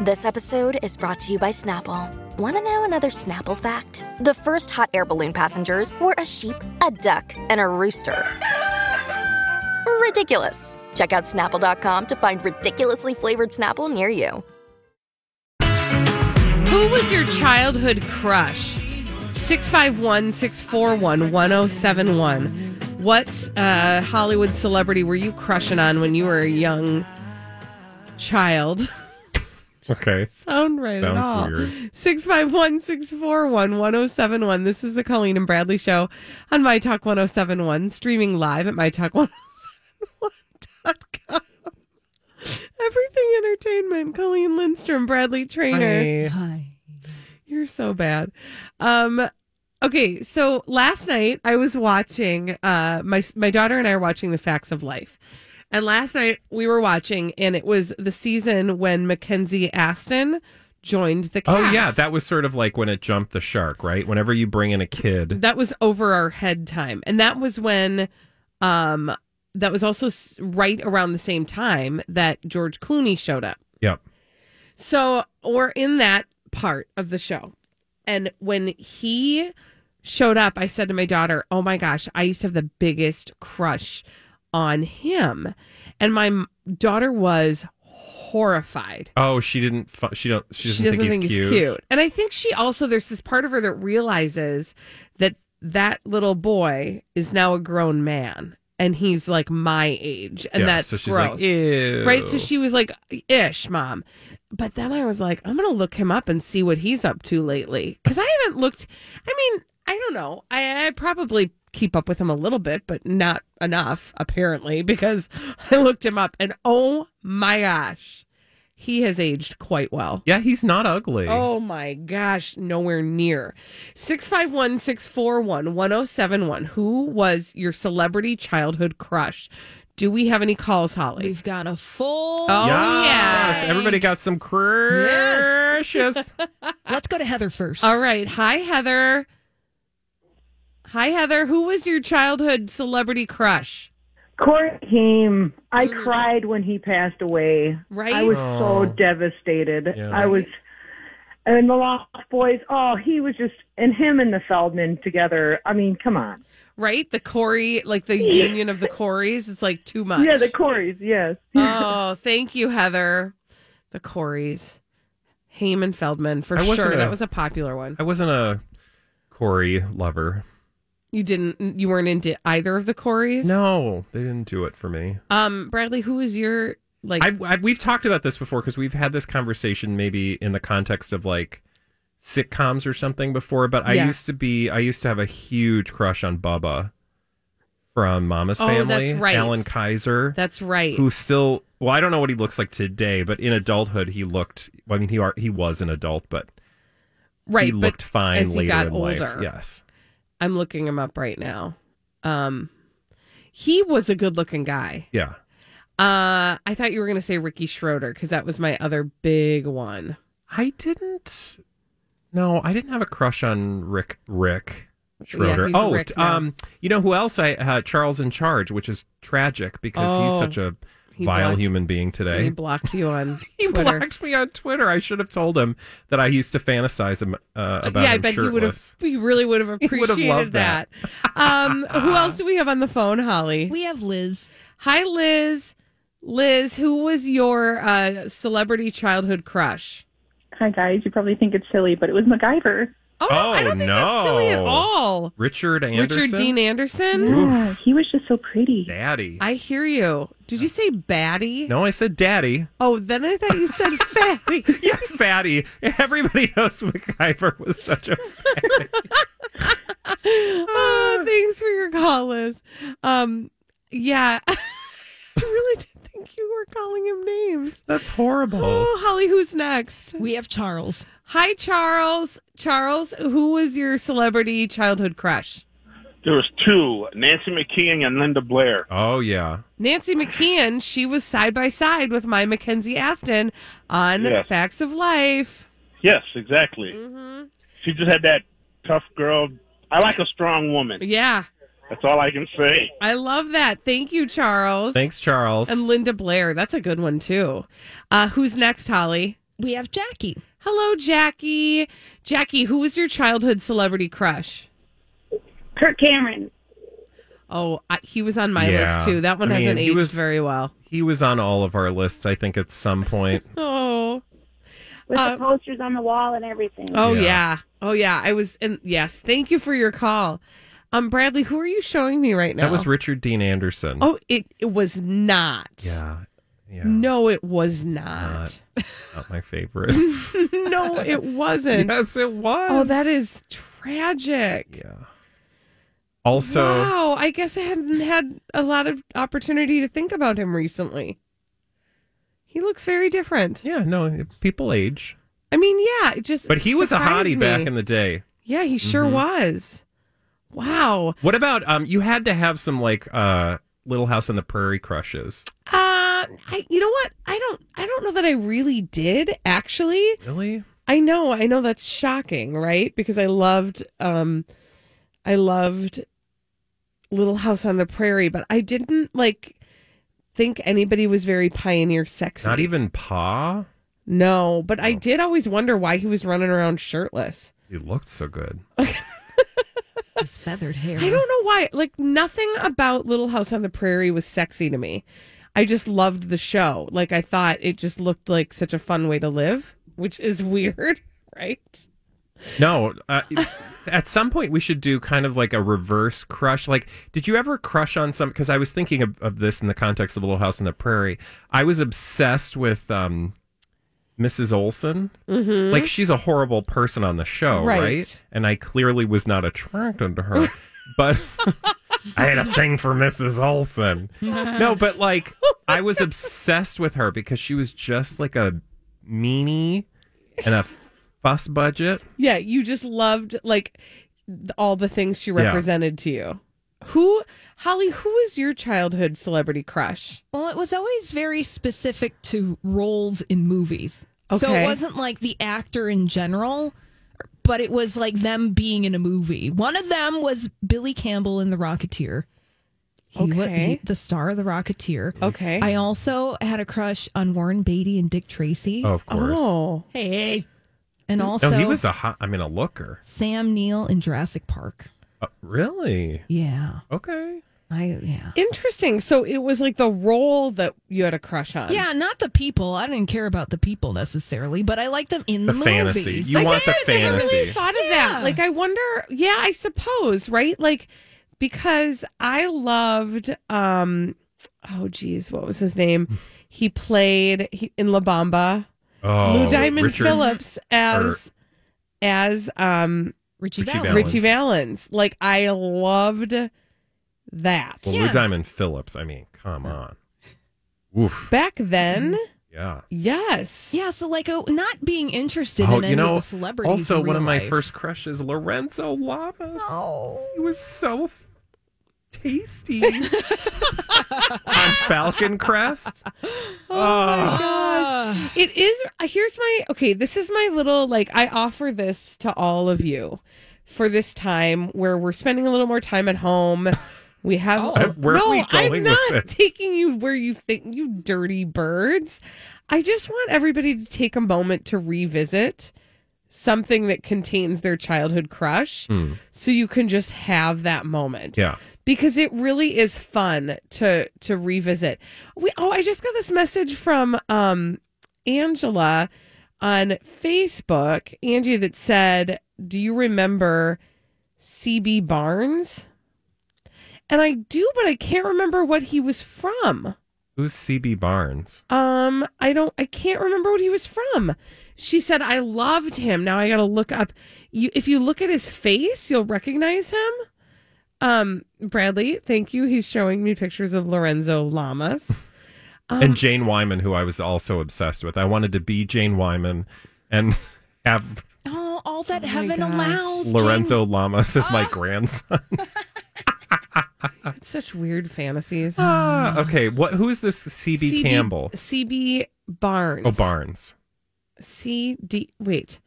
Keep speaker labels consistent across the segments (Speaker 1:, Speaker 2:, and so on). Speaker 1: This episode is brought to you by Snapple. Want to know another Snapple fact? The first hot air balloon passengers were a sheep, a duck, and a rooster. Ridiculous. Check out snapple.com to find ridiculously flavored Snapple near you.
Speaker 2: Who was your childhood crush? 651 641 1071. What uh, Hollywood celebrity were you crushing on when you were a young child?
Speaker 3: Okay.
Speaker 2: Sound right
Speaker 3: Sounds
Speaker 2: at all.
Speaker 3: weird.
Speaker 2: 651 641 1071. This is the Colleen and Bradley Show on My Talk 1071, streaming live at MyTalk1071.com. Everything Entertainment, Colleen Lindstrom, Bradley Trainer. You're so bad. Um okay, so last night I was watching uh my my daughter and I are watching The Facts of Life. And last night we were watching and it was the season when Mackenzie Aston joined the
Speaker 3: Oh
Speaker 2: cast.
Speaker 3: yeah, that was sort of like when it jumped the shark, right? Whenever you bring in a kid,
Speaker 2: that was over our head time. And that was when um that was also s- right around the same time that George Clooney showed up.
Speaker 3: yep.
Speaker 2: So we're in that part of the show. And when he showed up, I said to my daughter, Oh my gosh, I used to have the biggest crush on him. And my m- daughter was horrified.
Speaker 3: Oh, she didn't. Fu- she don't. She doesn't, think, he's, cute.
Speaker 2: And I think she also, there's this part of her that realizes that that little boy is now a grown man and he's like my age. And
Speaker 3: Yeah,
Speaker 2: that's
Speaker 3: so she's
Speaker 2: gross.
Speaker 3: like, ew.
Speaker 2: Right. So she was like, ish, mom. But then I was like, I'm going to look him up and see what he's up to lately. Cause I haven't looked, I mean, I don't know. I, I probably keep up with him a little bit, but not enough, apparently, because I looked him up and oh my gosh, he has aged quite well.
Speaker 3: Yeah, he's not ugly.
Speaker 2: Oh my gosh, nowhere near. 651 641 1071. Who was your celebrity childhood crush? Do we have any calls, Holly?
Speaker 4: We've got a full.
Speaker 2: Oh,
Speaker 3: yes.
Speaker 2: yes.
Speaker 3: Everybody got some crushes.
Speaker 4: Let's go to Heather first.
Speaker 2: All right. Hi, Heather. Hi, Heather. Who was your childhood celebrity crush?
Speaker 5: Court came. I cried when he passed away.
Speaker 2: Right?
Speaker 5: I was
Speaker 3: Oh.
Speaker 5: so devastated.
Speaker 3: Yeah.
Speaker 5: I was, and the Lost Boys. Oh, he was just, and him and the Feldman together. I mean, come on.
Speaker 2: Right? The Corey, like the union of the Coreys. It's like too much.
Speaker 5: Yeah, the Coreys. Yes.
Speaker 2: oh, thank you, Heather. The Coreys. Heyman Feldman, for
Speaker 3: I wasn't
Speaker 2: sure.
Speaker 3: a-
Speaker 2: that was a popular one.
Speaker 3: I wasn't a Corey lover.
Speaker 2: You didn't, you weren't into either of the Coreys?
Speaker 3: No, they didn't do it for me.
Speaker 2: Um, Bradley, who was your, like,
Speaker 3: I've, I've, we've talked about this before because we've had this conversation maybe in the context of like sitcoms or something before. But I
Speaker 2: Yeah.
Speaker 3: used to be, I used to have a huge crush on Bubba from Mama's
Speaker 2: Oh, that's
Speaker 3: Family,
Speaker 2: right.
Speaker 3: Alan Kaiser,
Speaker 2: that's right.
Speaker 3: who still. Well, I don't know what he looks like today, but in adulthood he looked. Well, I mean, he are, he was an adult, but
Speaker 2: right.
Speaker 3: he
Speaker 2: but
Speaker 3: looked fine
Speaker 2: as he
Speaker 3: later
Speaker 2: got
Speaker 3: in
Speaker 2: older.
Speaker 3: life. Yes,
Speaker 2: I'm looking him up right now. Um, he was a good looking guy.
Speaker 3: yeah.
Speaker 2: Uh, I thought you were going to say Ricky Schroeder because that was my other big one.
Speaker 3: I didn't. No, I didn't have a crush on Rick. Rick Schroeder.
Speaker 2: he's
Speaker 3: oh,
Speaker 2: Rick
Speaker 3: t-
Speaker 2: now.
Speaker 3: um, you know who else? I uh, Charles in Charge, which is tragic because
Speaker 2: Oh.
Speaker 3: he's such a
Speaker 2: He
Speaker 3: vile
Speaker 2: blocked-
Speaker 3: human being
Speaker 2: He
Speaker 3: today.
Speaker 2: blocked you on
Speaker 3: He
Speaker 2: Twitter.
Speaker 3: blocked me on Twitter. I should have told him that I used to fantasize him uh, about.
Speaker 2: yeah, I
Speaker 3: him
Speaker 2: bet he would have.
Speaker 3: shirtless.
Speaker 2: He really would have
Speaker 3: He would have
Speaker 2: appreciated
Speaker 3: loved
Speaker 2: that.
Speaker 3: that.
Speaker 2: um, who else do we have on the phone, Holly?
Speaker 4: We have Liz.
Speaker 2: Hi, Liz. Liz, who was your uh, celebrity childhood crush?
Speaker 6: Hi guys, you probably think it's silly, but it was MacGyver.
Speaker 2: Oh, no, I
Speaker 3: Oh,
Speaker 2: don't think that's silly at
Speaker 3: no.
Speaker 2: all.
Speaker 3: Richard Anderson.
Speaker 2: Richard Dean Anderson.
Speaker 6: Yeah, he was just so pretty.
Speaker 3: Daddy.
Speaker 2: I hear you. Did you say batty?
Speaker 3: no, I said daddy.
Speaker 2: Oh, then I thought you said fatty.
Speaker 3: Yeah, fatty. Everybody knows MacGyver was such a
Speaker 2: oh, thanks for your call, Liz. Um, yeah, I really did think think you were calling him names.
Speaker 3: That's horrible.
Speaker 2: Oh, Holly, who's next?
Speaker 4: We have Charles.
Speaker 2: Hi, Charles. Charles, who was your celebrity childhood crush?
Speaker 7: There was two, Nancy McKeon and Linda Blair.
Speaker 3: Oh yeah.
Speaker 2: Nancy McKeon, she was side by side with my Mackenzie Aston on
Speaker 7: Yes.
Speaker 2: Facts of Life.
Speaker 7: Yes, exactly. She just had that tough girl. I like a strong woman.
Speaker 2: Yeah,
Speaker 7: That's all I can say.
Speaker 2: I love that. Thank you, Charles.
Speaker 3: Thanks, Charles.
Speaker 2: And Linda Blair, that's a good one too. Uh, who's next, Holly?
Speaker 4: We have Jackie.
Speaker 2: Hello, Jackie. Jackie, who was your childhood celebrity crush?
Speaker 8: Kirk Cameron.
Speaker 2: Oh, I, he was on my
Speaker 3: Yeah.
Speaker 2: list too. That one
Speaker 3: I mean,
Speaker 2: hasn't
Speaker 3: he
Speaker 2: aged
Speaker 3: was-
Speaker 2: very well.
Speaker 3: he was on all of our lists, I think, at some point.
Speaker 2: Oh,
Speaker 8: With
Speaker 2: Uh,
Speaker 8: the posters on the wall and everything.
Speaker 2: oh yeah.
Speaker 3: Yeah.
Speaker 2: oh yeah. I was, and yes, thank you for your call. Um, Bradley, who are you showing me right now?
Speaker 3: That was Richard Dean Anderson.
Speaker 2: Oh, it it was not.
Speaker 3: yeah, yeah.
Speaker 2: No, it was not.
Speaker 3: Not my favorite.
Speaker 2: no, it wasn't.
Speaker 3: yes, it was.
Speaker 2: Oh, that is tragic.
Speaker 3: yeah. Also,
Speaker 2: wow, I guess I hadn't had a lot of opportunity to think about him recently. He looks very different.
Speaker 3: yeah, no, people age,
Speaker 2: I mean, yeah, it just
Speaker 3: but he was a
Speaker 2: surprised
Speaker 3: hottie
Speaker 2: me.
Speaker 3: back in Mm-hmm. the day.
Speaker 2: Yeah, he sure was. Wow.
Speaker 3: What about um? You had to have some like uh Little House on the Prairie crushes.
Speaker 2: Uh, I you know what? I don't I don't know that I really did actually.
Speaker 3: Really?
Speaker 2: I know, I know that's shocking, right? Because I loved um I loved Little House on the Prairie, but I didn't like think anybody was very pioneer sexy.
Speaker 3: Not even Pa.
Speaker 2: No, but I did always wonder why he was running around shirtless.
Speaker 3: He looked so good.
Speaker 4: His feathered hair.
Speaker 2: I don't know why. Like nothing about Little House on the Prairie was sexy to me. I just loved the show. Like I thought it just looked like such a fun way to live, which is weird, right?
Speaker 3: No, uh, at some point we should do kind of like a reverse crush. Like, did you ever crush on some? Because I was thinking of, of this in the context of Little House on the Prairie. I was obsessed with um, Mrs. Olson.
Speaker 2: Mm-hmm.
Speaker 3: Like, she's a horrible person on the show,
Speaker 2: Right.
Speaker 3: right? And I clearly was not attracted to her, but I had a thing for Mrs. Olson. No, but like, I was obsessed with her because she was just like a meanie and a fuss budget.
Speaker 2: Yeah, you just loved like th- all the things she
Speaker 3: Yeah.
Speaker 2: represented to you. Who, Holly? Who was your childhood celebrity crush?
Speaker 4: Well, it was always very specific to roles in movies. So
Speaker 2: Okay.
Speaker 4: it wasn't like the actor in general, but it was like them being in a movie. One of them was Billy Campbell in The Rocketeer. He wa-
Speaker 2: Okay.
Speaker 4: he- the star of The Rocketeer.
Speaker 3: Mm-hmm.
Speaker 2: Okay.
Speaker 4: I also had a crush on Warren Beatty and Dick Tracy.
Speaker 3: Oh, of course.
Speaker 2: oh,
Speaker 4: Hey. And also
Speaker 3: no, he was a hot, I mean, a looker.
Speaker 4: Sam Neill in Jurassic Park.
Speaker 3: Uh, really?
Speaker 4: Yeah.
Speaker 3: Okay.
Speaker 4: I yeah.
Speaker 2: interesting. So it was like the role that you had a crush on.
Speaker 4: Yeah, not the people. I didn't care about the people necessarily, but I like them in the,
Speaker 3: The fantasy.
Speaker 4: movies.
Speaker 3: You
Speaker 4: Like,
Speaker 3: want the
Speaker 2: I really
Speaker 3: fantasy.
Speaker 2: thought of that.
Speaker 4: Yeah.
Speaker 2: Like, I wonder. Yeah, I suppose. Right. Like, because I loved. um Oh, geez, what was his name? He played he, in La Bamba.
Speaker 3: Oh,
Speaker 2: Lou Diamond
Speaker 3: Richard-
Speaker 2: Phillips as as um
Speaker 4: Richie,
Speaker 3: Richie
Speaker 4: Valens.
Speaker 3: Valens.
Speaker 2: Richie Valens. Like I loved that
Speaker 3: Well, Lou Diamond Phillips. I mean, come on. Oof.
Speaker 2: back then.
Speaker 3: Yeah. Oh,
Speaker 2: Yes.
Speaker 4: Mm-hmm. Yeah, so like oh, not being interested in any of the celebrities.
Speaker 3: also
Speaker 4: in
Speaker 3: one
Speaker 4: real
Speaker 3: of my
Speaker 4: life.
Speaker 3: first crushes, Lorenzo Lamas. Oh. He was so f- tasty. On Falcon Crest. Oh,
Speaker 4: Ah.
Speaker 2: It is. Here's my okay. This is my little like. I offer this to all of you for this time where we're spending a little more time at home. We have.
Speaker 4: Oh.
Speaker 3: Where are
Speaker 2: no,
Speaker 3: we
Speaker 2: I'm
Speaker 3: going with
Speaker 2: not
Speaker 3: this?
Speaker 2: taking you where you think you dirty birds. I just want everybody to take a moment to revisit something that contains their childhood crush, so you can just have that moment
Speaker 3: Yeah.
Speaker 2: because it really is fun to to revisit. We oh, I just got this message from um Angela on Facebook, Angie that said, "Do you remember CB Barnes?" And I do, but I can't remember what he was from.
Speaker 3: Who's CB Barnes?
Speaker 2: Um, I don't, I can't remember what he was from. She said, I loved him. Now I got to look up. You, if you look at his face, you'll recognize him. Um, Bradley, thank you. He's showing me pictures of Lorenzo Lamas.
Speaker 3: and Jane Wyman, who I was also obsessed with. I wanted to be Jane Wyman and have
Speaker 4: Oh, all that heaven allows.
Speaker 3: Lorenzo Lamas as my grandson.
Speaker 2: It's such weird fantasies.
Speaker 3: Ah, okay, what? Who is this? CB
Speaker 2: CB
Speaker 3: Campbell?
Speaker 2: CB Barnes.
Speaker 3: Oh, Barnes.
Speaker 2: CD. Wait,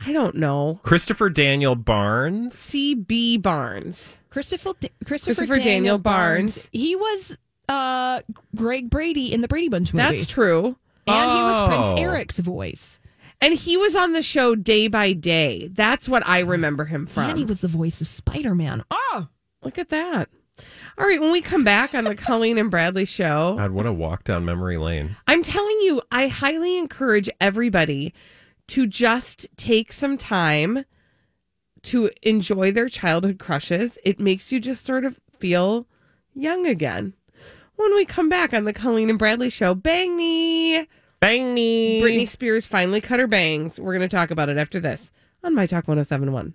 Speaker 2: I don't know.
Speaker 3: Christopher Daniel Barnes.
Speaker 2: CB Barnes.
Speaker 4: Christopher, D- Christopher,
Speaker 2: Christopher
Speaker 4: Daniel,
Speaker 2: Daniel
Speaker 4: Barnes.
Speaker 2: Barnes.
Speaker 4: He was uh, Greg Brady in the Brady Bunch movie.
Speaker 2: That's true.
Speaker 4: And he was Prince
Speaker 3: Oh.
Speaker 4: Eric's voice.
Speaker 2: And he was on the show day by day. That's what I remember him from.
Speaker 4: And he was the voice of Spider Man. Oh,
Speaker 2: Look at that. All right, when we come back on the Colleen and Bradley show,
Speaker 3: God, what a walk down memory lane.
Speaker 2: I'm telling you, I highly encourage everybody to just take some time to enjoy their childhood crushes. It makes you just sort of feel young again. When we come back on the Colleen and Bradley show, bang me.
Speaker 3: Bang me.
Speaker 2: Britney Spears finally cut her bangs. We're going to talk oh about it after this on My Talk 1071.